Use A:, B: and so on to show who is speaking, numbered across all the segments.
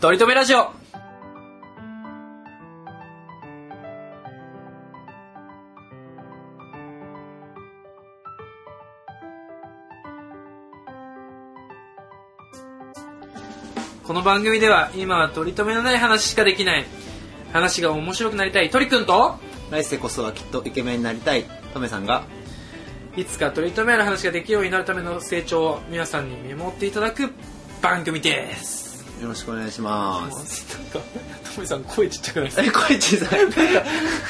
A: とりとめラジオこの番組では今は取り留めのない話しかできない話が面白くなりたい鳥くんと
B: 来世こそはきっとイケメンになりたいトメさんが
A: いつか取り留めある話ができるようになるための成長を皆さんに見守っていただく番組です
B: よろしくお願いします
A: なんかトメさん声ちっちゃくないですか
B: え声小さい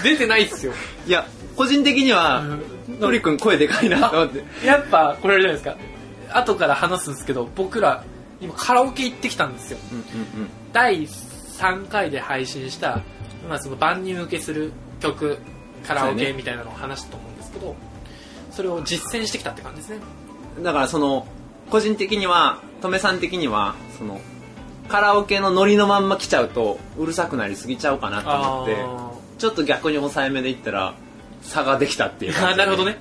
A: 出てないっすよ
B: いや個人的には
A: うん
B: トリくん声でかいなと思って
A: やっぱこれあれじゃないですか後から話すんですけど僕ら今カラオケ行ってきたんですよ
B: うんうん
A: 第3回で配信した、まあ、その万人受けする曲カラオケみたいなのを話したと思うんですけどそれを実践してきたって感じですね
B: うんだからその個人的にはトメさん的にはそのカラオケのノリのまんま来ちゃうとうるさくなりすぎちゃうかなと思って
A: あ
B: ちょっと逆に抑えめでいったら差ができたっていう
A: ー
B: 感 じ
A: なるほどね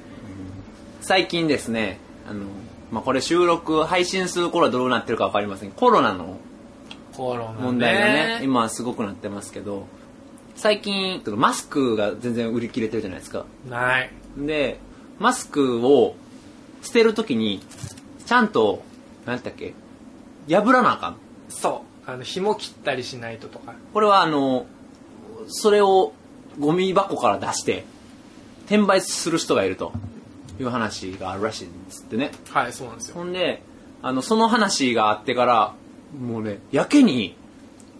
B: 最近ですねあの、まあ、これ収録配信する頃はどうなってるか分かりませんコロナの
A: コロナね
B: 問題がね今はすごくなってますけど最近マスクが全然売り切れてるじゃないですか
A: ない
B: でマスクを捨てるときにちゃんと何だっけ破らなあかん
A: そうあの紐切ったりしないととか
B: これはあのそれをゴミ箱から出して転売する人がいるという話があるらしいんですってね
A: はいそうなんですよ
B: ほんで、あの、その話があってから、もうね、やけに、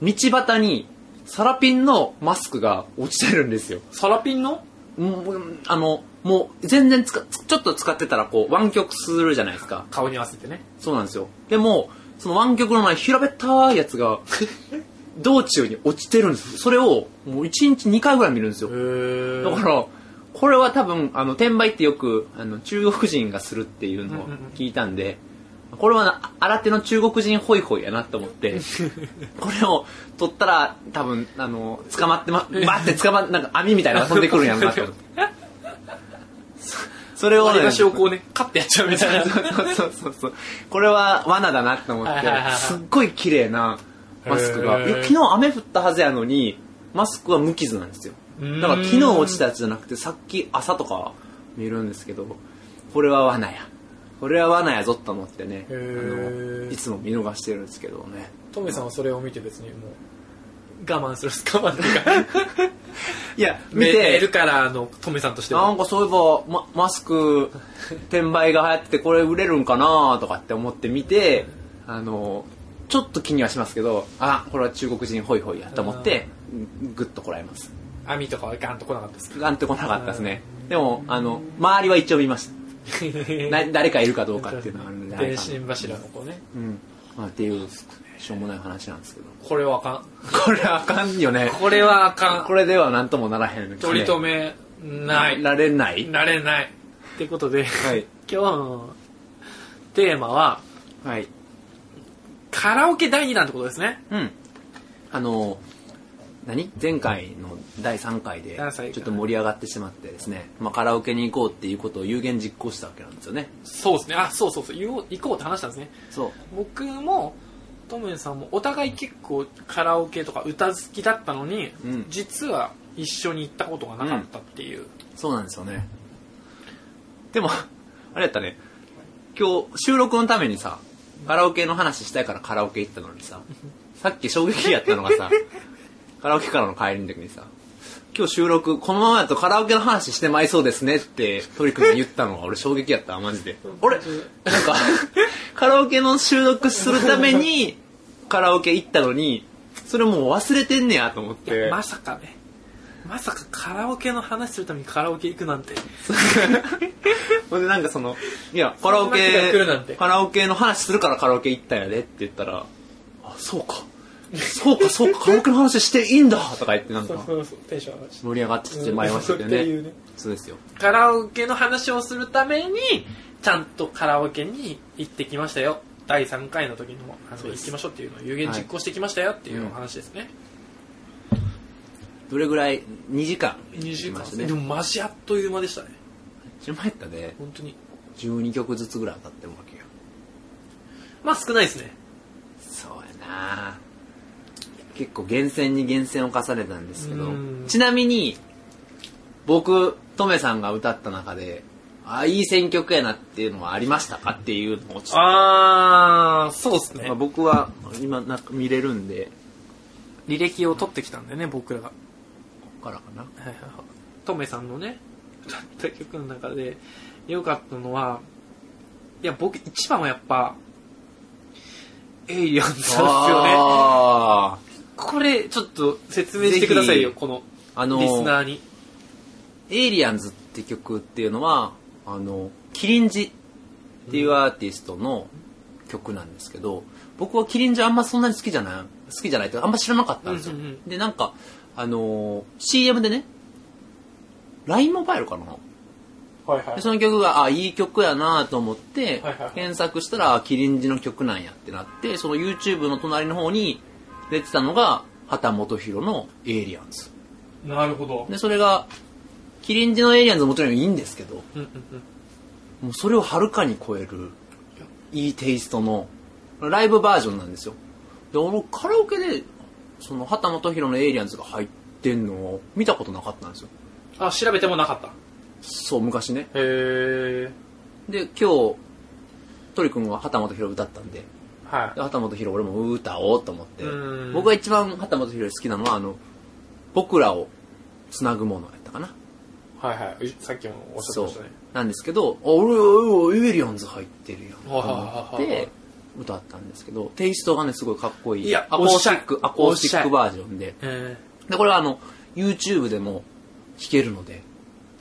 B: 道端に、サラピンのマスクが落ちてるんですよ。
A: サラピンの
B: もうあの、もう、全然つか、つちょっと使ってたら、こう、湾曲するじゃないですか。
A: 顔に合わせてね
B: そうなんですよ。でも、その湾曲のない平べったいやつが、 道中に落ちてるんです。それを、もう1日2回ぐらい見るんですよ。
A: へ
B: だから、これは多分、あの、転売ってよく、あの、中国人がするっていうのを聞いたんで、これはな、新手の中国人ホイホイやなと 思って、これを取ったら、多分、あの、捕まってま、バって捕まっなんか網みたいなのが飛んでくるんやろうなと 思って。そそれを、
A: 割り
B: ね、
A: 箸
B: そう
A: をこうねカッてやっちゃうみたいな
B: そうそうそう。これは罠だなと思っ
A: はい
B: て
A: はいはいは、い
B: すっごい綺麗なマスクが、
A: へー
B: いや昨日雨降ったはずやのに、マスクは無傷なんですよ。だから昨日落ちたやつじゃなくてさっき朝とか見るんですけどこれは罠やこれは罠やぞと思ってねあ
A: へー
B: のいつも見逃してるんですけどね
A: トメさんはそれを見て別にもう我慢する我慢っていうか
B: いや見
A: 見てる
B: て
A: からあのトメさんとして
B: な
A: は
B: んかそういえば、ま、マスク転売が流行っててこれ売れるんかなとかって思って見てあのちょっと気にはしますけどあこれは中国人ホイホイやと思ってグッとこらえます
A: 網とかはガンと来なかったですか
B: ガンってこなかったですねでもあの周りは一応見ましたな誰かいるかどうかっていうのはあるんで
A: 電信柱の子ね
B: うんまあ、っていうしょうもない話なんですけど
A: これはあかん
B: これあかんよね
A: これはあかん
B: これでは何ともならへん、ね、
A: 取り留めない
B: られない
A: なれないってことで
B: はい
A: 今日のテーマは
B: はい
A: カラオケ第2弾ってことですね
B: うんあの何前回の第3回で
A: 第三回
B: ちょっと盛り上がってしまってですね、まあ、カラオケに行こうっていうことを有言実行したわけなんですよね
A: そうですねあそうそうそう言おう行こうって話したんですね
B: そう
A: 僕もトムさんもお互い結構カラオケとか歌好きだったのに、
B: うん
A: 実は一緒に行ったことがなかったっていう、
B: そうなんですよねでも あれやったね今日収録のためにさカラオケの話したいからカラオケ行ったのにささっき衝撃やったのが さカラオケからの帰りの時にさ今日収録このままだとカラオケの話してまいそうですねって鳥くんが言ったのが俺衝撃やったマジで俺なんかカラオケの収録するためにカラオケ行ったのにそれもう忘れてんねやと思っ
A: いや
B: て
A: まさかねまさかカラオケの話するためにカラオケ行くなんて
B: ほんでなんかその、いや、カラオ
A: そんな日が来るなんて
B: ケ、カラオケの話するからカラオケ行ったんやでって言ったら、あ、そうか。そう か、そうか、カラオケの話していいんだとか言ってなんか、
A: そうそうテンション上がっちゃっ
B: 盛り上がってきてまいりましたけど
A: うんそういう
B: ね
A: ね。
B: そうですよ。
A: たカラオケの話をするためにちゃんとカラオケに行ってきましたよ第3回の時にもあの行きましょうっていうのを有言実行してきましたよっていうお話ですね、
B: どれぐらい ?2 時間。
A: 2時
B: 行き
A: 間
B: ま
A: で
B: し
A: す
B: た
A: ね
B: ね
A: で。もマジあっという間でしたね
B: 一枚やったで、
A: 本当に
B: 12曲ずつぐらい当たってるわけよ。
A: まあ少ないですね
B: そうやな結構厳選に厳選を重ねたんですけど
A: うん
B: ちなみに僕トメさんが歌った中でああいい選曲やなっていうのはありましたかっていうのをちょっと
A: あー、そうですね
B: まあ、。僕は今なんか見れるんで
A: 履歴を取ってきたんでね、僕らが。
B: ここからかな
A: はいはいはい。トメさんのね、歌った 曲の中で良かったのは、いや、僕一番はやっぱ、エイリアンズなんですよね。
B: あー
A: これ、ちょっと説明してくださいよ、
B: ぜひ
A: この、
B: あの
A: リスナーに。
B: エイリアンズって曲っていうのは、あの、キリンジっていうアーティストの曲なんですけど、僕はキリンジあんまそんなに好きじゃない、好きじゃないっていうかあんま知らなかったんですよ。
A: うんうんうん
B: で、なんか、あのー CM でね、LINE モバイルかな
A: はいは
B: でその曲が、あ、いい曲やなと思って
A: はいはいはい、
B: 検索したら、あキリンジの曲なんやってなって、その YouTube の隣の方に出てたのが、畑基博のエイリアンズ。
A: なるほど。
B: で、それが、キリンジのエイリアンズももちろんいいんですけど、
A: うんうんうん。
B: もうそれをはるかに超えるいいテイストのライブバージョンなんですよで俺カラオケでその畑基博のエイリアンズが入ってんのを見たことなかったんですよ
A: あ、調べてもなかった。
B: そう昔ね
A: へー。
B: で今日鳥くんは畑基博歌ったんで
A: は
B: で畑基博俺も歌おうと思って
A: うん。
B: 僕が一番畑基博好きなのはあの僕らをつなぐものやったかない
A: はいはい。さっきもおっしゃっ
B: そう
A: てましたね。
B: なんですけど「あ俺俺エイリアンズ入ってるやん」
A: はいはいはいはい
B: で歌ったんですけどテイストがねすごいかっこいい
A: いや
B: アコースティ
A: おっし
B: ック
A: ゃい
B: アコースティックバージョンで
A: え
B: でこれはあの YouTube でも聴けるので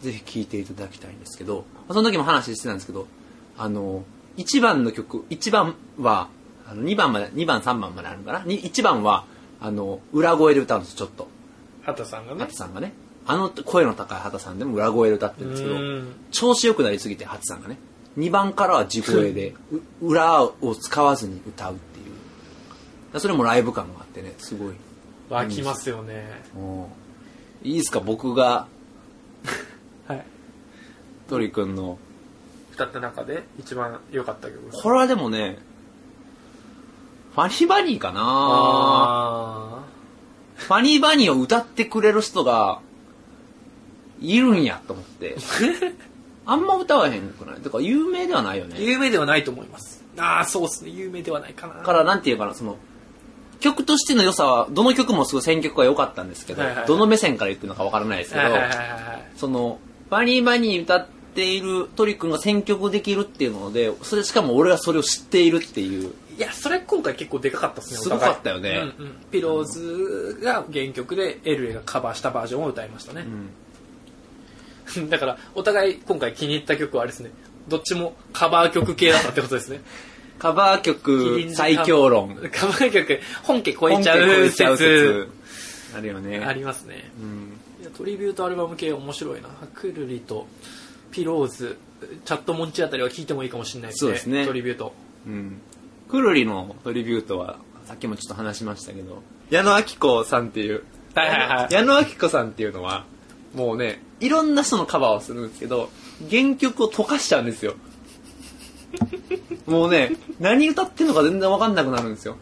B: ぜひ聴いていただきたいんですけどその時も話してたんですけどあの1番の曲1番はあの2番まで2番3番まであるのかなに1番はあの裏声で歌うんですちょっと
A: ー、畑さんがね
B: 畑。さんがねあの声の高い畑さんでも裏声で歌ってるんですけど
A: うん
B: 調子良くなりすぎてハツさんがね2番からは地声でう裏を使わずに歌うっていうだからそれもライブ感があってねすごい
A: 湧きますよね。
B: もういいですか僕が
A: はい。
B: 鳥くんの
A: 歌った中で一番良かった曲
B: これはでもねファニーバニーかな
A: あ
B: ファニーバニーを歌ってくれる人がいるんやと思って あんま歌わへんくないてか有名ではないよね
A: ー有名ではないと思いますああそうですね有名ではないかな
B: からなんていうかなその曲としての良さはどの曲もすごい選曲が良かったんですけど、
A: はいはいはい
B: どの目線から言ってるのかわからないですけど、
A: はいはいはいはい
B: そのバニーバニー歌っているトリくんが選曲できるっていうのでそれしかも俺がそれを知っているっていう
A: いやそれ今回結構でかかったですね
B: すごかったよ
A: お互い
B: ね
A: うんうん、ピローズが原曲でエルエがカバーしたバージョンを歌いましたね、 だからお互い今回気に入った曲はあれですねどっちもカバー曲系だったってこと ですね
B: カバー
A: キリン
B: 曲
A: ズ
B: 最強論
A: カバー曲本家超えちゃ
B: 本家超
A: う
B: えちゃ
A: 説
B: う説あるよ
A: あ
B: ね、
A: りますね
B: うん、
A: いやトリビュートアルバム系面白いなくるりとピローズチャットモンチあたりは聞いてもいいかもしれないですね
B: そうですね
A: トリビュート
B: うん。くるりのトリビュートは、さっきもちょっと話しましたけど、矢野明子さんっていう、
A: はいはいはい
B: 矢野明子さんっていうのは、もうね、いろんな人のカバーをするんですけど、原曲を溶かしちゃうんですよ。もうね、何歌ってんのか全然わかんなくなるんですよ。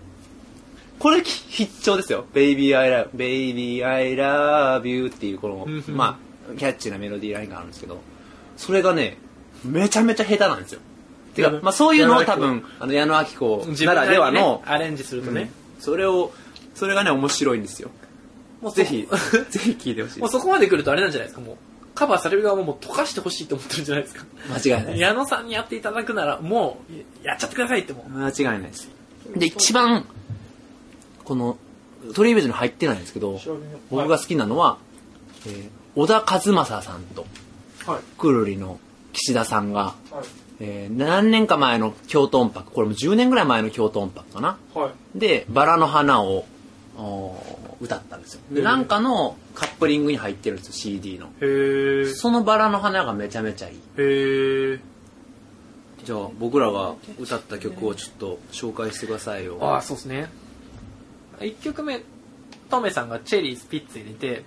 B: これき必聴ですよ。Baby I love, Baby I love you っていうこの
A: うん、うん
B: まあ、キャッチーなメロディーラインがあるんですけど、それがね、めちゃめちゃ下手なんですよ。てか、まあそういうのを多分、あの、矢野明子
A: 自分な
B: なら
A: りに
B: ではの
A: ね、アレンジするとね、
B: それを、それがね、面白いんですよ。
A: もうそ
B: ぜひ、 ぜひ聴いてほしい
A: もう
B: です。
A: そこまで来るとあれなんじゃないですかもうカバーされる側ももう溶かしてほしいと思ってるんじゃないですか
B: 間違いないです。
A: 矢野さんにやっていただくならもうやっちゃってくださいってもう
B: 間違いないです。で、一番、この、トリビュートに入ってないんですけど、僕が好きなのは、えー小田和正さんと、
A: はい
B: くるりの岸田さんが、
A: はい
B: えー何年か前の京都音楽、これも10年ぐらい前の京都音楽かな。
A: はい
B: で、バラの花を、おー歌ったんですよ。で、
A: うん
B: なんかのカップリングに入ってるんですよ、CD の。
A: へえ
B: そのバラの花がめちゃめちゃいい。
A: へえ
B: じゃあ、僕らが歌った曲をちょっと紹介してくださいよ。
A: ああそうですね1曲目トメさんがチェリースピッツ入れて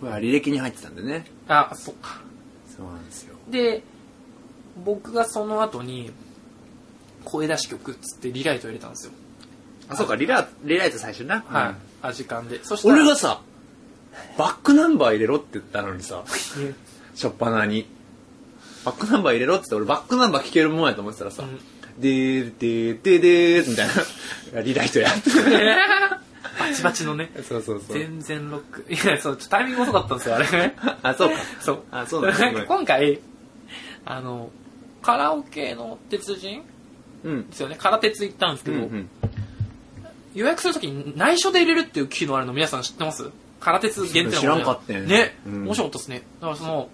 B: これは履歴に入ってたんでね。
A: ああそっか
B: そうなんですよ。
A: で僕がその後に声出し曲っつってリライトを入れたんですよ
B: あ、そうか、リラ、リライト最初な。
A: はい、あ時間でそしたら
B: 俺がさ、バックナンバー入れろって言ったのに さ、
A: うん
B: しょっぱなに。バックナンバー入れろって言って、俺バックナンバー聞けるもんやと思ってたらさ、
A: うん
B: でーでーでーでーみたいな、リライトやって。
A: バチバチのね
B: そうそうそう。
A: 全然ロックいやそうちょっとタイミング遅かったんですよあれ
B: あ、そうか。
A: そう
B: あそうなんだ
A: か今回あのカラオケの鉄人
B: うん
A: で。すよね空鉄行ったんです
B: う
A: け
B: ん
A: ど、
B: うん。
A: 予約するときに内緒で入れるっていう機能あるの皆さん知ってます空鉄限定の
B: 知らんかったよね
A: ね、
B: うん
A: 面白かったですねだからその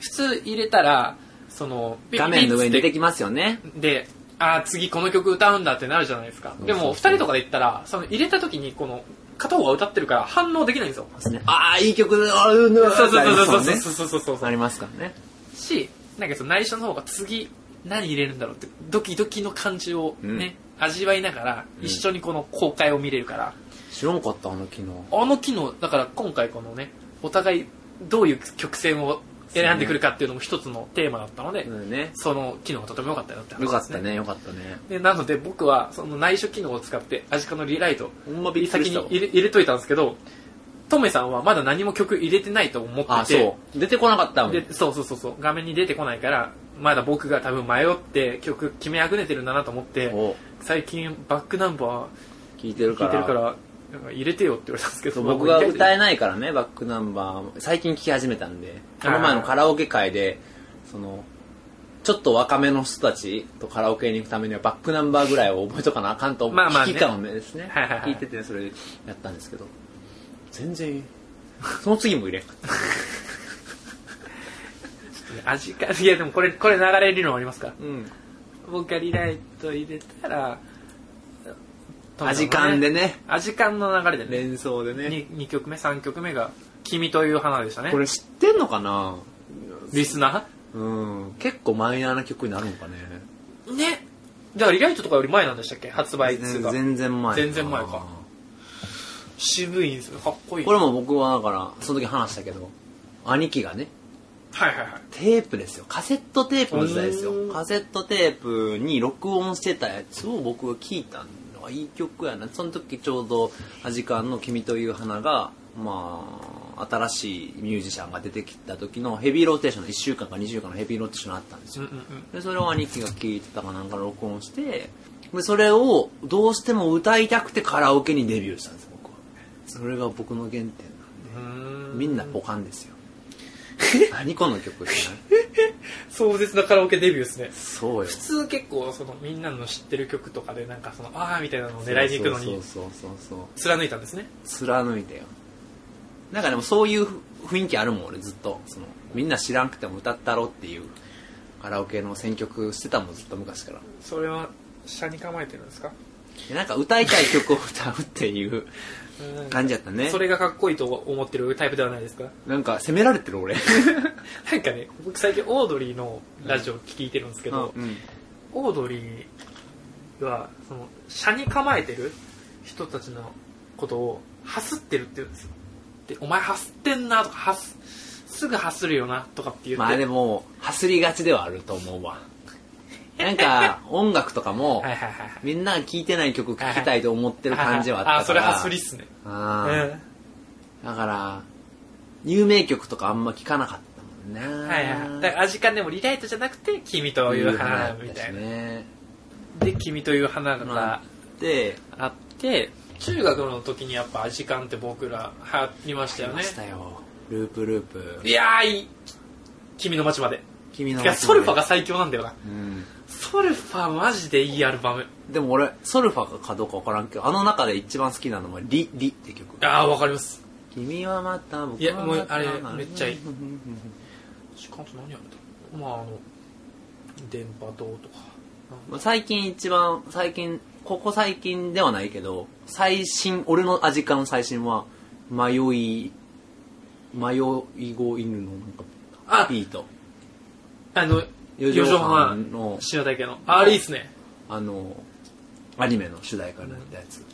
A: 普通入れたらそのピッ
B: 画面の上に出
A: ピ
B: てきますよね。
A: ッつってであー次この曲歌うんだってなるじゃないですか
B: そう
A: で
B: そうそう
A: も2人とかで行ったらその入れたときにこの片方が歌ってるから反応できないんですよ
B: あー、いい曲だ、あー、う
A: そうそうそ
B: ん
A: うそう
B: ってありますもんね
A: そうそうそうそうそう
B: ありますからね。
A: しなんかその内緒の方が次何入れるんだろうってドキドキの感じをね、味わいながら
B: うん
A: 一緒にこの公開を見れるから、
B: 知らんかった、あの機能。
A: あの機能、だから今回このね、お互いどういう曲線を選んでくるかっていうのも一つのテーマだったので、
B: うんね。
A: その機能がとても良かったよって話
B: よ
A: です
B: かった。ね、よかったね。
A: でなので僕はその内緒機能を使ってアジカのリライト
B: ほんまびっくり
A: 先
B: した
A: に
B: わ
A: 入れ入れといたんですけど、トメさんはまだ何も曲入れてないと思ってて、
B: あ、そう。出てこなかったもん。
A: でそうそうそうそう、画面に出てこないから、まだ僕が多分迷って曲決めあぐねてるんだなと思って、
B: お
A: 最近バックナンバ
B: 聞いてる
A: ー聴
B: か。
A: いてるからら、なんか入れてよって言われたんですけ
B: そ
A: ど、
B: う僕
A: ま
B: が
A: あ
B: 歌えないからね、バックナンバー、最近聞き始めたんで、この前のカラオケ会で、その、ちょっと若めの人たちとカラオケに行くためにはバックナンバーぐらいを覚えとかなあかんと思
A: まあまあ
B: う
A: ね
B: 危機感をですね、
A: はいはいはい
B: 聞いててそれやったんですけど、全然、その次も入れんかった。
A: 味か いやでもこれこれ流れるのありますから
B: うん。
A: 僕がリライト入れたら
B: 味感でね、
A: 味感の流れでね
B: 連想でね。
A: に 2, 曲目3曲目が「君という花」でしたね
B: これ知ってんのかな
A: リスナ
B: うん。結構マイナーな曲になるのかね。
A: ーねだからリライトとかより前なんでしたっけ発売数が
B: 全然前。
A: 全然前か。渋いんですよかっこいい
B: これも僕はだからその時話したけど兄貴がね
A: はいはいはい
B: テープですよカセットテープの時代です
A: うー
B: よ
A: ん
B: カセットテープに録音してたやつを僕が聞いたのいい曲やなその時ちょうど「アジカンの君という花が」まあ新しいミュージシャンが出てきた時のヘビーローテーションの1週間か2週間のヘビーローテーションがあったんです
A: う
B: よ、
A: んうんうん
B: でそれを兄貴が聞いてたかなんか録音してでそれをどうしても歌いたくてカラオケにデビューしたんです僕はそれが僕の原点なんで
A: うーん
B: みんなポカンですよ。何この曲って
A: 壮絶なカラオケデビューですね
B: そうよ。
A: 普通結構そのみんなの知ってる曲とかでなんかそのああみたいなのを狙いに行くのに
B: そうそうそうそう。
A: 貫いたんですね
B: 貫いてよ。なんかでもそういう雰囲気あるもん、俺ずっと。そのみんな知らんくても歌ったろっていうカラオケの選曲してたもん、ずっと昔から。
A: それは下に構えてるんですか
B: でなんか歌いたい曲を歌うっていう
A: うん
B: 感じやったね
A: そ。れがかっこいいと思ってるタイプではないですか
B: なんか責められてる俺。
A: なんかね僕最近オードリーのラジオ聞いてるんですけど、
B: うん
A: オードリーはその社に構えてる人たちのことをハスってるって言うんですよでお前ハスってんなとかハスすぐハスるよなとかって言って、
B: まあでも、はすりがちではあると思うわ。なんか音楽とかも、
A: はいはいはいはい
B: みんなが聴いてない曲聴きたいと思ってる感じはあ
A: あ
B: ったから。
A: ーそれハスりっすね
B: あ
A: う
B: ー
A: ん
B: だから、有名曲とかあんま聴かなかったもんな。
A: はいはいだから味感でもリライトじゃなくて「君という花」みたいな、
B: ね。
A: で「君という花」が、
B: まあで、
A: あって中学の時にやっぱアジカンって僕ら流行りましたよ
B: ま
A: ね
B: したよ。ループループ。
A: いやーいい君の街まで
B: 君の
A: い
B: 街ま
A: や
B: で
A: ソルファが。最強なんだよな
B: うん。
A: ソルファマジでいいアルバム
B: でも俺、ソルファかどうかわからんけど、あの中で一番好きなのは、リ、リって曲。
A: ああわかります
B: 君はまた僕はまた
A: いやもうあれめっち ゃいい
B: うん
A: 時間と何やめたまああの電波塔とか
B: まあ最近一番、最近、ここ最近ではないけど、最新、俺のアジカの最新は、迷い、迷い子犬のなんか、
A: あ
B: ビート。
A: あの
B: 四
A: 四
B: 畳
A: 畳
B: 半
A: 半
B: の
A: の篠田家のあれいいっすね
B: あの、アニメの主題歌になったやつ。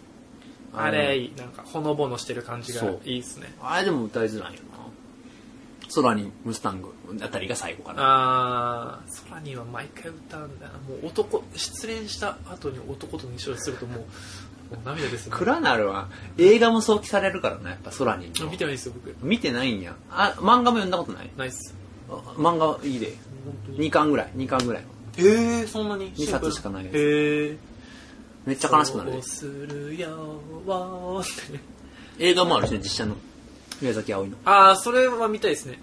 A: あれいいなんかほのぼのしてる感じが
B: そう
A: いいっすね
B: あれでも歌いづらいよな。空にムスタングあたりが最後か
A: あ
B: な。
A: ー空 には毎回歌うんだよなもう男失恋した後に男と一緒にするともうもう涙ですね
B: 暗なるわ映画も想起されるからなやっぱ空に
A: 見てないですよ僕
B: 見てないんやあ漫画も読んだことない
A: ないっす
B: あ漫画はいいで
A: 本当に
B: 2巻ぐらい2巻ぐらい
A: えー、そんなに
B: 二冊しかないです
A: へえ
B: めっちゃ悲しくなる
A: そう
B: です
A: るよわーってね
B: 映画もあるしね実写の宮崎あおいの
A: ああそれは見たいですね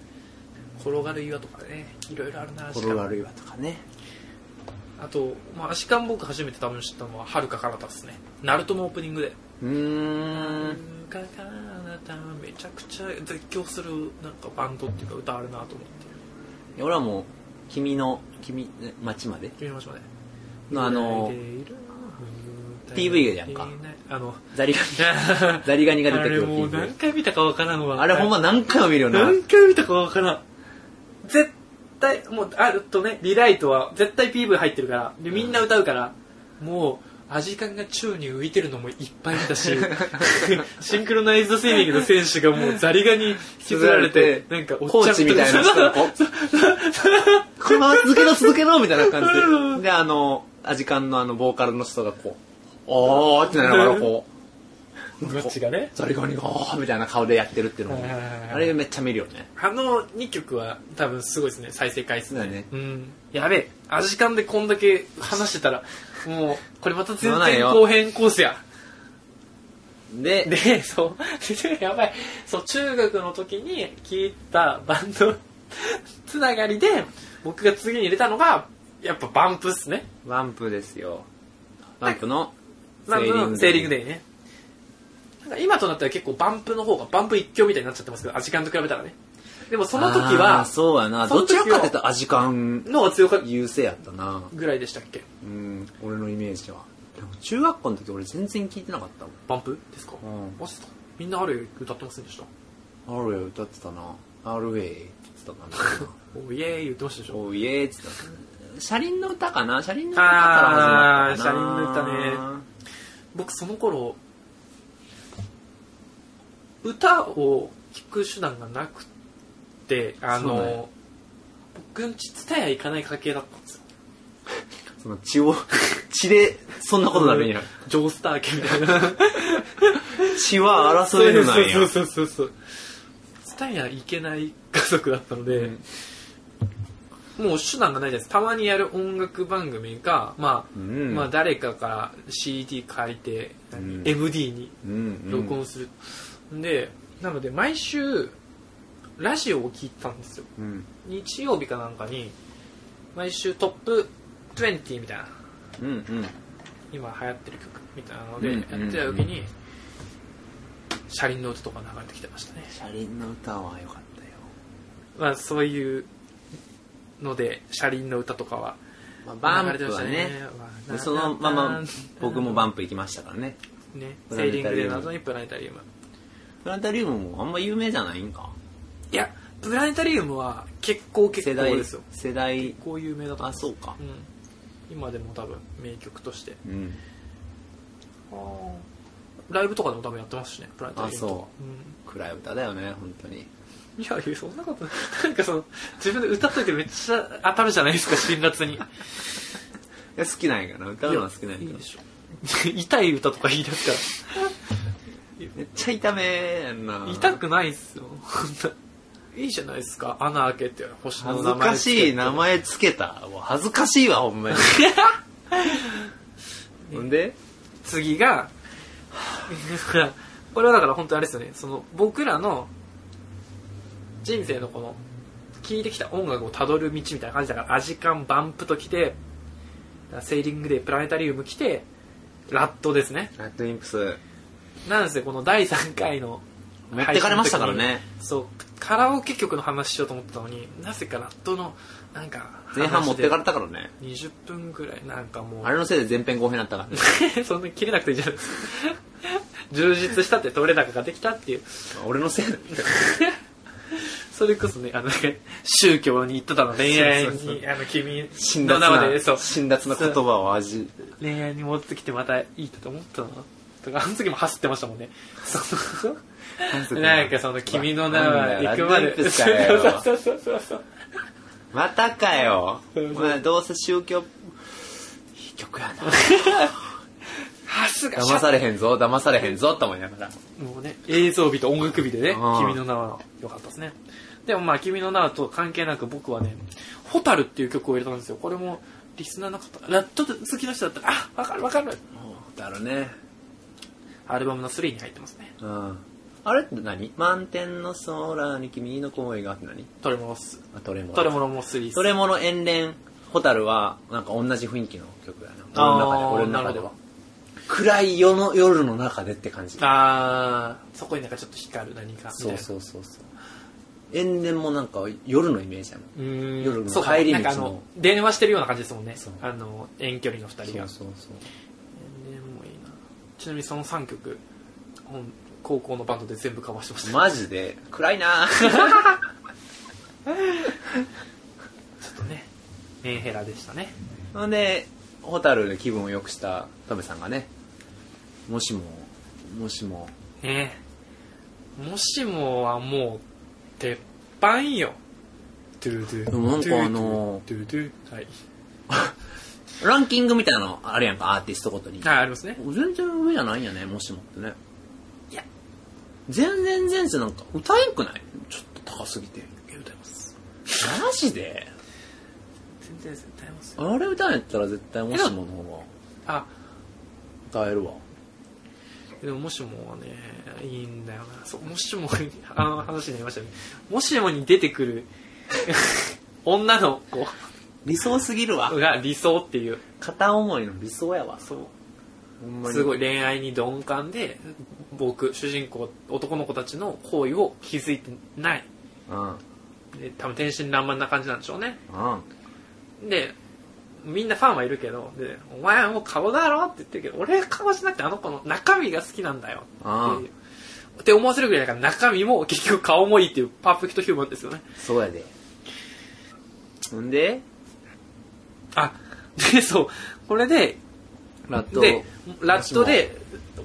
A: 転がる岩とかねいろいろあるな
B: 「
A: アシ
B: 転
A: カ
B: がる岩」とかね
A: あと、まあ、アシカン僕初めて多分知ったのははるか彼方ですねナルトのオープニングで
B: うー
A: は
B: ん
A: るか彼方めちゃくちゃ絶叫するなんかバンドっていうか歌あるなと思って
B: 俺はもう「君の君え町まで
A: 決めましょうね」
B: のあの
A: うん
B: PV やんか
A: あの
B: ザリガニザリガニが出
A: あ
B: てく
A: れ
B: る
A: もう何
B: PV
A: 回見たかわからんわ
B: あれほんま何回も見るよな
A: 何回見たかわからん絶対もうあるとねリライトは絶対 PV 入ってるからでみんな歌うから、もうアジカンが宙に浮いてるのもいっぱい見たし シンクロナイズドスイミングの選手がもうザリガに引きずられて
B: 引
A: なん
B: きずられて
A: かおっちゃん
B: コーチみたいな人がこうこのまま続けろ続けろみたいな感
A: う
B: じで。で、あの、アジカンのあの、ボーカルの人がこう、おーってなりながらこう、
A: どっちがね
B: ザリガニが、おーみたいな顔でやってるっていうのも
A: はいはいはいはい、
B: あれめっちゃ見るよね。
A: あの2曲は多分すごいですね再生回数
B: そうだよね
A: うんやべえアジカンでこんだけ話してたらもうこれまた全
B: そうなん
A: 然
B: よ
A: 後編コースや
B: で、
A: で、そう、でやばい。そう、中学の時に聞いたバンドつながりで、僕が次に入れたのが、やっぱバンプっすね。
B: ワンプですよ。ワンプの、
A: バンプのセーリング
B: で。
A: デイね。なんか今となっては結構バンプの方がバンプ一強みたいになっちゃってますけど、アジカンと比べたらね。でもその時
B: あー
A: は、
B: そうやな。
A: その
B: ど
A: 時
B: ち
A: は
B: らかって言ったらアジカン
A: の方が強かった
B: 優勢やったな。
A: ぐらいでしたっけ
B: うん、俺のイメージは。でも中学校の時俺全然聞いてなかったもん。
A: バンプですか、
B: うん
A: マジですかみんなあるよ歌ってませんでした
B: アルウェイ歌ってたな。アルウェイって言ってたな。
A: おイエーイ言ってましたでしょ
B: おいえーっつった車輪の歌かな車輪の歌から
A: あー
B: 始まったか
A: 車
B: な
A: 輪の僕その頃歌を聴く手段がなくてあ
B: そうなんや
A: の僕んちツタヤ行かない家系だったんですよ
B: その血を 血でそんなことなるんや
A: ジョースター系みたいな
B: 血は争えるなんや
A: そうそうそうそうそうツタヤ行けない家族だったので、もう手段がないじゃないですかたまにやる音楽番組か、まあ
B: うん
A: まあ誰かから CD 借りて、何
B: うん
A: MD に
B: うん
A: 録音する、でなので毎週ラジオを聞いてたんですよ
B: うん
A: 日曜日かなんかに毎週トップ20みたいな
B: うんうん
A: 今流行ってる曲みたいなので
B: うん
A: やってた時に、車輪の音とか流れてきてましたね
B: 車輪の歌は良かったよ、
A: まあそういうので車輪の歌とかは
B: まあ、バン
A: 流れ
B: プ
A: てま
B: は
A: した
B: ね
A: わ
B: でそのまま僕もバ
A: ン
B: ンプ行きましたからね
A: ね
B: プ
A: セ
B: ラネ
A: ー
B: タリ
A: リング
B: ウム
A: で謎にプラネタリウム
B: プラネタリウムもあんま有名じゃないんか
A: いやプラネタリウムは結構結
B: 世
A: 構
B: 代
A: ですよ
B: 世代
A: こう有名だと思
B: あそうか
A: う、うん、今でも多分名曲として
B: うん
A: ライブとかでも多分やってますしねプラネタリウム、
B: あそう暗い歌だよね本当に
A: ん、いやいやそんなこと ないなんかその自分で歌っといてめっちゃ当たるじゃない ですか辛辣に
B: え好きなんやかな歌うのは好きなんやけ
A: い
B: ど
A: いでしょ 痛い歌とか言い出すか
B: めっちゃ痛めやんな
A: ら痛くないっすよこんないいじゃないですか穴開けて星の
B: 恥
A: 名
B: ず
A: 前
B: か
A: つけて
B: しい名前つけたもう恥ずかしいわほん まにほんで
A: 次が これはだから本当にあれですよねその僕らの人生のこの聴いてきた音楽をたどる道みたいな感じだからアジカンバンプと来てセーリングデープラネタリウム来てラットですね
B: ラッドインプス
A: なんせこの第3回の
B: 持ってかれましたからね
A: そうカラオケ曲の話しようと思ってたのになぜかラットのなんか
B: 前半持ってかれたからね
A: 20分ぐらいなんかもう
B: あれのせいで前編後編だったから ね
A: そんな切れなくていいじゃないですか充実したって取れ高ができたっていう
B: 俺のせいだった
A: それこそねあのね宗教に行ってたの恋愛
B: そうそう
A: にあの君
B: 辛
A: の
B: 辣な
A: 生でそう
B: 辛辣な言葉を味
A: 恋愛に戻ってきてまたいいと思ったのとかあの時も走ってましたもんねそのなんかその君の名は行くまで
B: ラッドインプス
A: そ
B: かよ
A: う そうそうそうそう
B: またかよ
A: そうそう
B: まあどうせ宗教いい曲やな
A: はすが
B: 騙されへんぞ、騙されへんぞって思いながら。
A: もうね、映像美と音楽美でね、
B: うん
A: 君の名は良かったですね。でもまあ、君の名はと関係なく僕はね、ホタルっていう曲を入れたんですよ。これも、リスナーの方、ラット好きな人だったら、あ、わかるわかる
B: だろうね。
A: アルバムの3に入ってますね。
B: うん。あれって何満天の空に君の声がって何
A: トレモロス。
B: あ、トレモロ。
A: トレモロも3。
B: トレモロ遠恋、ホタルは、なんか同じ雰囲気の曲やな。
A: あー
B: 俺の中で、俺の中で
A: なる
B: は
A: ほ。
B: 暗い夜の夜の中でって感じ。
A: あー、そこになんかちょっと光る何かみたい
B: そ
A: な。
B: うそうそうそう。遠恋もなんか夜のイメージやもん。
A: うーん。
B: 夜の
A: そうか
B: 帰り
A: な
B: 道の
A: んかあの、電話してるような感じですもんね
B: そう。
A: あの、遠距離の二人
B: そ
A: が
B: う。そうそう。
A: でもいいなちなみにその3曲、ほん高校のバンドで全部カバーしてました。
B: マジで、暗い な
A: ちょっとね、メンヘラでしたね。
B: ほんで、ホタルで気分を良くしたトメさんがね、もしも、もしも、
A: ねえもしもはもう、鉄板よ。ドゥドゥ。
B: でもなんかあの
A: ドゥドゥ。はい。
B: ランキングみたいなのあるやんか、アーティストごとに。
A: はい、ありますね。
B: 全然上じゃないんやね、もしもってね。
A: いや、
B: 全然前世なんか歌えんくないちょっと高すぎて。
A: 歌います。
B: マジで
A: 全然絶対ますよ。
B: あれ歌えんやったら絶対もしもの方
A: あ、
B: が歌えるわ。
A: でももしもはね、いいんだよな。そう、もしも、あの話になりましたね。もしもに出てくる、 女の子
B: 理想すぎるわ。
A: が理想っていう。
B: 片思いの理想やわ。
A: そう。
B: ほんます
A: ご
B: い。
A: い恋愛に鈍感で僕主人公男の子たちの行為を気づいてない
B: うん。うん。
A: で多分天真爛漫な感じなんでしょうねでみんなファンはいるけどで「お前はもう顔だろ?」って言ってるけど俺は顔じゃなくてあの子の中身が好きなんだよっていうって思わせるぐらいだから中身も結局顔もいいっていうパーフェクトヒューマンですよね
B: そうやで。ほんで、
A: あでそうこれで
B: ラット。
A: でラットで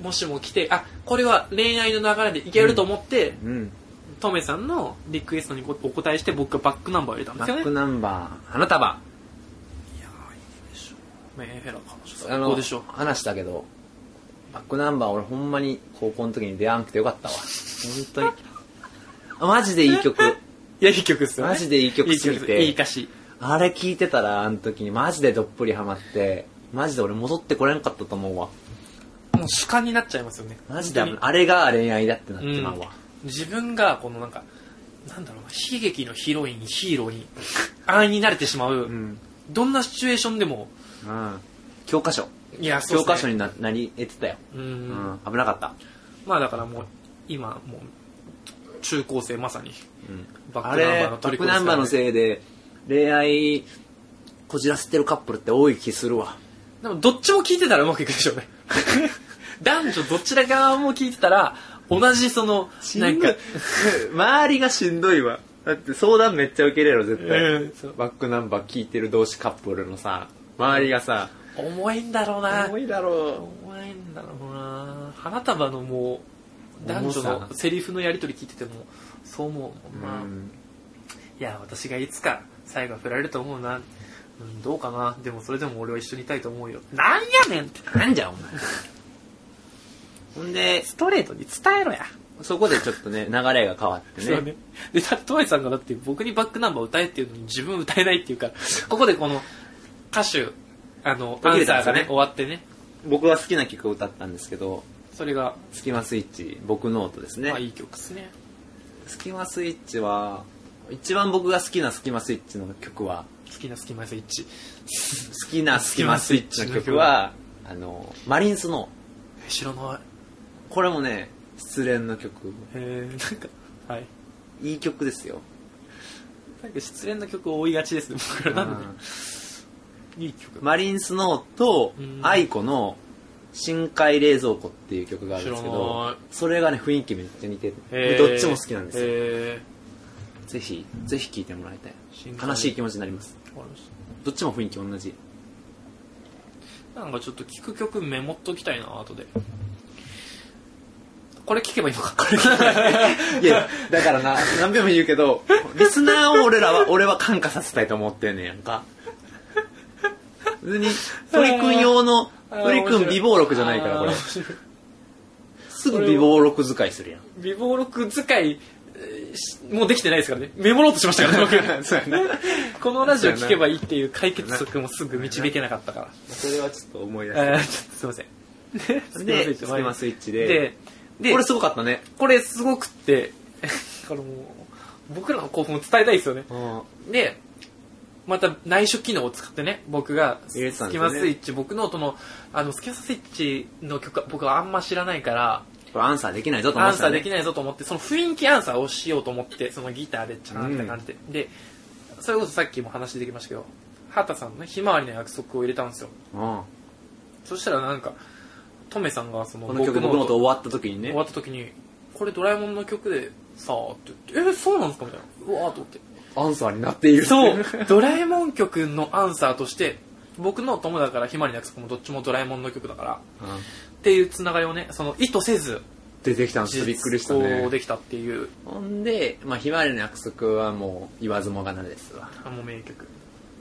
A: もしも来てあこれは恋愛の流れでいけると思って、
B: うん。
A: トメさんのリクエストにお答えして僕がバックナンバーを入れたんで
B: バ
A: すよ
B: ッ
A: ね。
B: クナンバー、花束。
A: メンヘラかもしれ
B: あ
A: ない。ど
B: の
A: うでしょう。
B: 話だけど、バックナンバー俺ほんまに高校の時に出会わなくてよかったわ。本当に。あマジでいい 曲。
A: いや、いい曲っすよ、ね。
B: マジでいい曲すぎて
A: いい曲ですいい歌詞。
B: あれ聞いてたら、あの時にマジでどっぷりハマって、マジで俺戻ってこれんかったと思うわ。
A: もう主観になっちゃいますよね。
B: マジで
A: 本当に
B: あれが恋愛だってなってまうわ。
A: 自分が、このなんか、なんだろうな、悲劇のヒロイン、ヒーローに、 安易に慣れてしまう、
B: うん。
A: どんなシチュエーションでも、
B: うん。教科書。
A: いや、そうっ
B: 教
A: すね
B: 科書にななり得てたよ。
A: う。
B: うんん。危なかった。
A: まあだからもう、今、もう、中高生まさに、
B: うん。
A: バッ
B: あ
A: クナンバ
B: れ
A: ー、の
B: トッ
A: 取り
B: プ
A: 組み
B: ナンバーのせいで、恋愛、こじらせてるカップルって多い気するわ。
A: でもどっちも聞いてたらうまくいくでし ょうね。男女どちら側も聞いてたら、同じその、なんか、
B: 周りがしんどいわ。だって相談めっちゃ受けれろ、絶
A: うんそう
B: バックナンバー聞いてる同士カップルのさ、周りがさ、
A: 重いんだろうな。重
B: いだろ
A: いんだろうな。花束のもう、男
B: 重
A: 女
B: さ
A: のセリフのやりとり聞いてても、そう思う
B: う
A: もんな。
B: ん。
A: いや、私がいつか最後は振られると思うな。うん、どうかな。でもそれでも俺は一緒にいたいと思うよ。なんやねんって。
B: なんじゃお前。ほんで、
A: ストレートに伝えろや。
B: そこでちょっとね、流れが変わって
A: そう
B: ね。
A: ね。で、たとえさんがだって僕にバックナンバー歌えっていうのに自分歌えないっていうから、ここでこの歌手、あの、
B: 途
A: ア
B: 切
A: ン
B: れ
A: サ
B: た
A: ー
B: んです
A: が
B: よね
A: ね、終わってね。
B: 僕は好きな曲を歌ったんですけど、
A: それが、
B: スキマスイッチ、僕ノートですね。
A: まあいい曲ですね。
B: スキマスイッチは、一番僕が好きなスキマスイッチの曲は、
A: 好きなスキマスイッチ。
B: 好きなスキマスイッチの曲は、あの、マリンスノー。
A: 知らない。
B: これもね、失恋の曲。
A: えー、なんか、はい。
B: いい曲ですよ。
A: なんか失恋の曲を追いがちですね、僕ら。なんでねいい曲。
B: マリンスノーと
A: うん、
B: アイコの、深海冷蔵庫っていう曲があるんですけ
A: 知らな
B: ど
A: い、
B: それがね、雰囲気めっちゃ似てて、
A: え
B: で
A: ー
B: どっちも好きなんですよ。
A: え
B: ぜひ、ぜひ聴いてもらいたい
A: 深。海
B: 悲しい気持ちになります。
A: ー、わかりまし
B: どっちも雰囲気同じ。
A: たなんかちょっと聴く曲メモっときたいな、後で。これ聴けばいいのか。 これ聴けばいい。
B: いや、だからな、何遍も言うけど、リスナーを俺らは、俺は感化させたいと思ってんねんやんか。別に、鳥くん用の
A: あー
B: ウリ君備忘録じゃないからこれ
A: あー面白い
B: すぐ備忘録使いするやん。
A: 微暴録使いえーしもうできてないですからねメモろうとしましたから ね 僕
B: そうやな
A: このラジオ聞けばいいっていう解決策もすぐ導けなかったから
B: それはちょっと思い出
A: えーちょっとすいませんで
B: す。
A: ス
B: で、ス
A: キ
B: キ
A: マ
B: マ
A: ス
B: ス
A: イ
B: イ
A: ッ
B: ッ
A: チ
B: チ
A: で
B: で。
A: で
B: これすごかったね。
A: これすごくって これもう僕らの興奮を伝えたいですよねでまた内緒機能を使ってね僕が「ス
B: 入れてたん
A: キ
B: ですよ
A: マ
B: ね
A: スイッチ」僕のそのあのスキマスイッチの曲は僕はあんま知らないから
B: これアンサーできないぞと思
A: ア
B: っ
A: ン
B: て
A: サ
B: た
A: ーでき
B: ね。
A: ないぞと思って、その雰囲気アンサーをしようと思って、そのギターでちゃーんって感じで。で、それこそさっきも話できましたけど、畑さんのね、ひまわりの約束を入れたんですよ。
B: うん
A: そしたらなんか、トメさんがその
B: この曲僕の音終わった時にね
A: 終わ。った時に、これドラえもんの曲でさあって言って、え、そうなんですかみたいな。うわーと思って。
B: アンサーになっている。
A: そう、ドラえもん曲のアンサーとして、僕の友だからひまわりの約束もどっちもドラえもんの曲だから、っていうつながりをね、その意図せず、
B: 出てきたんです。びっくりした
A: 実
B: ね
A: 行。できたっていう、
B: ほんで、まあ、ひまわりの約束はもう言わずもがなですわ。
A: あの名曲。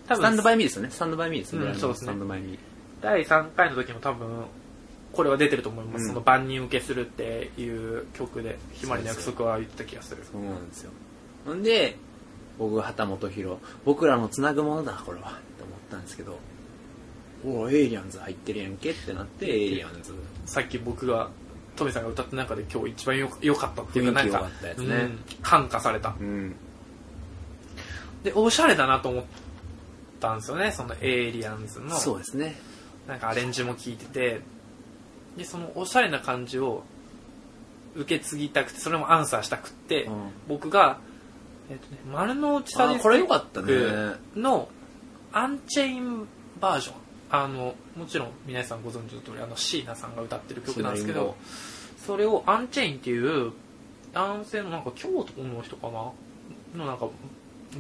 A: 多
B: スタンド
A: 分
B: バイミーですよね。スタンドバイミーです
A: うん
B: ね。
A: そうですね
B: スタンドバイミー。
A: 第3回の時も多分これは出てると思います、
B: うん
A: その万人受けするっていう曲で「ひまわりの約束」は言ってた気がする
B: そうなんですよ。ほんで、僕が畑本博、僕らのつなぐものだ、これは。と思ったんですけど、おーエイリアンズ入ってるやんけってなって、エイリアンズ。
A: さっき僕がトメさんが歌った中で今日一番よ良かったっていうか
B: 雰囲気
A: なん
B: 良か
A: か
B: ったやつね
A: うん感化された
B: うん。
A: でおしゃれだなと思ったんですよねそのエイリアンズの
B: そうですね。
A: なんかアレンジも聞いててでそのおしゃれな感じを受け継ぎたくてそれもアンサーしたくって、
B: うん
A: 僕が、えっとね、丸の内サディ
B: あ、
A: ス
B: これ良かったね。
A: のアンチェインバージョンあのもちろん皆さんご存知の通りあの椎名さんが歌ってる曲なんですけどそれをアンチェインっていう男性のなんか京都の人かなのなんか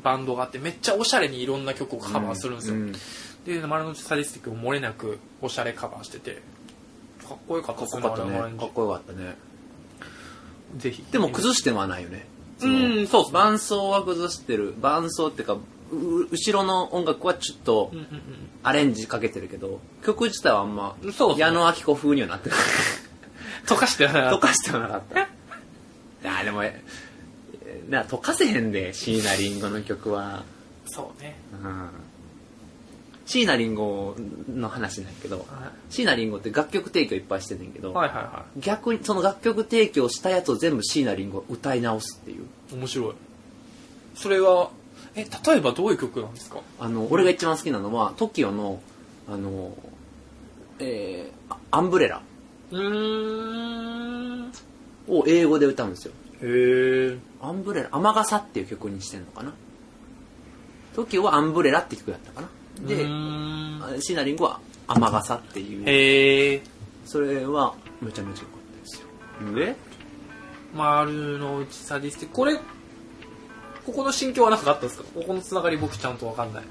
A: バンドがあってめっちゃおしゃれにいろんな曲をカバーするんですよ、
B: う
A: で丸の内サディスティックを漏れなくおしゃれカバーしててかっこよかった
B: かっ
A: です
B: こ
A: ね
B: よかった
A: あれは
B: ね。かっこよかったね。
A: ぜひ
B: でも崩してはないよね。
A: うんそうっすね
B: 伴奏は崩してる。伴奏っていうか、う後ろの音楽はちょっと
A: うんうんうん
B: アレンジかけてるけど、曲自体はあんま、
A: そうっすね
B: 矢野明子風にはなってない。
A: 溶かしては なか
B: 溶
A: った
B: かしてはなかった。ああ、でも、えな溶かせへんで、椎名林檎の曲は。
A: そうね
B: うん。椎名林檎の話なんやけど、
A: は
B: 椎名林檎って楽曲提供いっぱいしてんねんけど、
A: いはいは
B: 逆にその楽曲提供したやつを全部椎名林檎が歌い直すっていう。
A: い面白いそれはえ例えばどういう曲なんですか
B: あの、俺が一番好きなのは、TOKIO の、あの、えー、あアンブレラ
A: うーん。へ
B: を英語で歌うんですよ。
A: え。
B: アンブレラ、雨傘っていう曲にしてんのかな ?TOKIO はアンブレラって曲だったかなで、あシナリンゴは雨傘っていう。
A: へえ。
B: それはめちゃめちゃ良かったですよ。で
A: 丸の内サディスティック。これ、ここの心境はなんかあったんですかここのつながり僕ちゃんとわかんない。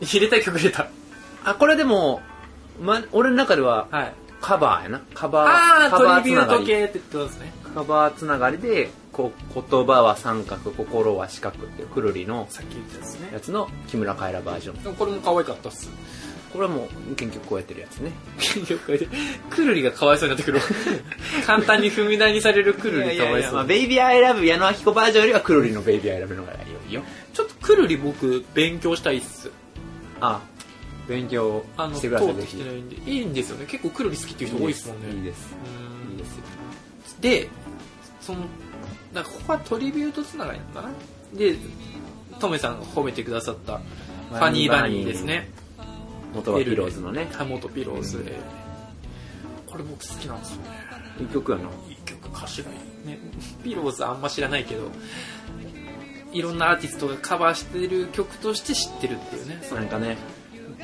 A: 入れたい曲入れた。
B: あ、これでも、ま、俺の中では
A: はい。
B: カバーやな。カバー、
A: あ
B: カ
A: ー、
B: バー
A: ト
B: つ
A: リビュ
B: な
A: ー
B: が
A: ト
B: り。
A: 系ってことですね。
B: カバーつながりで、こう、言葉は三角、心は四角っていう、くるりの
A: さっき言ったやつ
B: や
A: ね。
B: つの木村カエラバージョン。
A: でもこれも可愛かったっす。
B: これはもう、原曲超えてるやつね。
A: 了解で。くるりが可哀想になってくる。簡単に踏み台にされるく
B: く
A: る
B: る
A: り
B: り
A: 可
B: かわ
A: 哀
B: いそう。ま
A: 想
B: あ、。ベイビーアイラブ矢野明子バージョンよりはくるりのベイビーアイラブの方が良いよ。
A: ちょっとくるり僕勉強したいっす。
B: あ勉強
A: あの、
B: し
A: 通
B: て
A: っ
B: ください、
A: て
B: ぜ
A: き
B: ひ。
A: てないんで。いいんですよね。結構くるり好きっていう人多いっすもんね。
B: いいです。
A: うん
B: いいですよ。
A: でそのなんかここはトリビュートつながりなのかなでトメさんが褒めてくださったファニーバニーですね
B: 元はヒローズのね、
A: ハモトピローズ、これ僕好きなんですよね
B: いい曲やな。
A: いい曲歌詞がいいねピローズあんま知らないけどいろんなアーティストがカバーしてる曲として知ってるっていうねその
B: なんかね、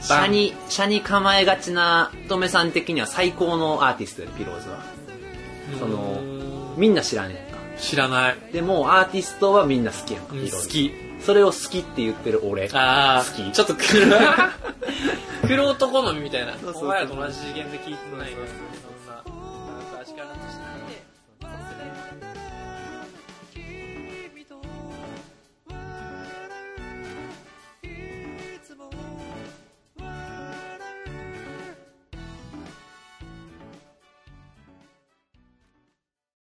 B: 車に、車に構えがちな乙女さん的には最高のアーティストで、ピローズは。その
A: うん
B: みんな知らねえやん
A: 知らない
B: か。でも、アーティストはみんな好きやんか、
A: う
B: ピ
A: ん
B: ローズ。
A: 好。き
B: それを好きって言ってる俺。
A: ああ、
B: 好き
A: ちょっと 黒、黒男好みみたいな。
B: そうそうそう
A: お前らと同じ次元で聞いてないから。